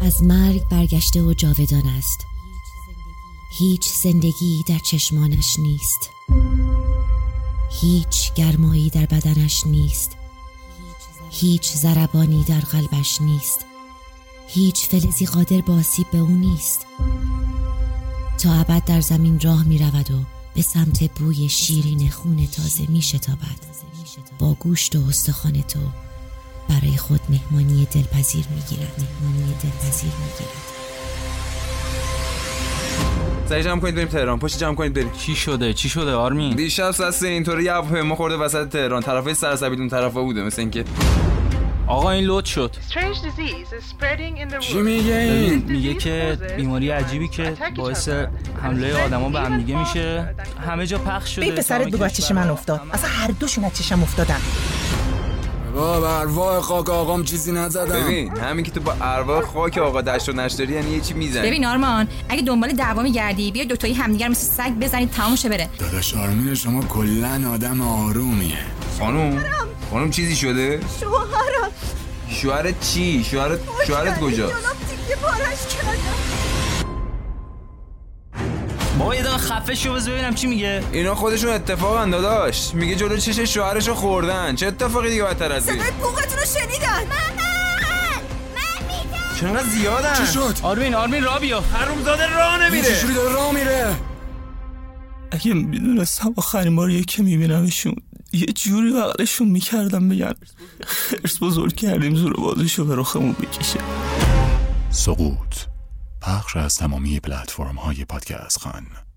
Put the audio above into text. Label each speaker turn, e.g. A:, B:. A: از مرگ برگشته و جاودان است هیچ زندگی در چشمانش نیست هیچ گرمایی در بدنش نیست هیچ ضربانی در قلبش نیست هیچ فلزی قادر به آسیب به او نیست تا ابد در زمین راه می رود و به سمت بوی شیرین خون تازه می شتابد با گوشت و استخوان تو برای خود مهمانی دلپذیر می گیرد مهمانی دلپذیر می گیرد
B: سعی جمع کنید بریم تهران پشت جمع کنید بریم
C: چی شده چی شده آرمین
B: دیشب سسته اینطوری یه هواپیما خورده وسط تهران طرفه سرسبیل اون طرفا بوده مثل اینکه
C: آقا این لود شد
D: Strange disease is spreading in the
B: چی
D: room.
B: میگه این
C: میگه که بیماری عجیبی که باعث حمله آدما به همدیگه میشه همه جا پخش شده
E: به این پسرت بگو از چشم من افتاد اصلا هر دوشون از چشم افتادن
F: با بروا خاک آقام چیزی نزدم
B: ببین همین که تو با ارواح خاک آقا دشت و نش داری یعنی یه چی میزنی
G: ببین آرمان اگه دنبال دعوا میگردی بیا دوتایی همدیگر مثل سگ بزنید تموم شه بره
F: داداش آرمین شما کلا آدم آرومیه
B: خانم خانم چیزی شده
H: شوهرم
B: شوهرت چی شوهرت شوهرت کجا
H: جلاب تیکه پارش کردم
C: بابا یه دقیقه خفه شو بذار ببینم چی میگه
B: اینا خودشون اتفاقا داداش میگه جلو چش شوهرشو خوردن چه اتفاقی دیگه بدتر از این
H: صدای بوغتون رو شنیدن مامان من میگم
B: چقدر زیادن
F: چی شد
C: آرمین آرمین را بیا
B: حرومزاده راه
F: این
B: نمیره
F: چجوری داره راه میره
I: اگه میدونستم آخرین بار که میبینمشون یه جوری بغلشون میکردم بگن خرس بزرگ کردیم زور بازیشو به رخمون بکشه
J: سقوط پخش از تمامی پلتفرم های پادکست خان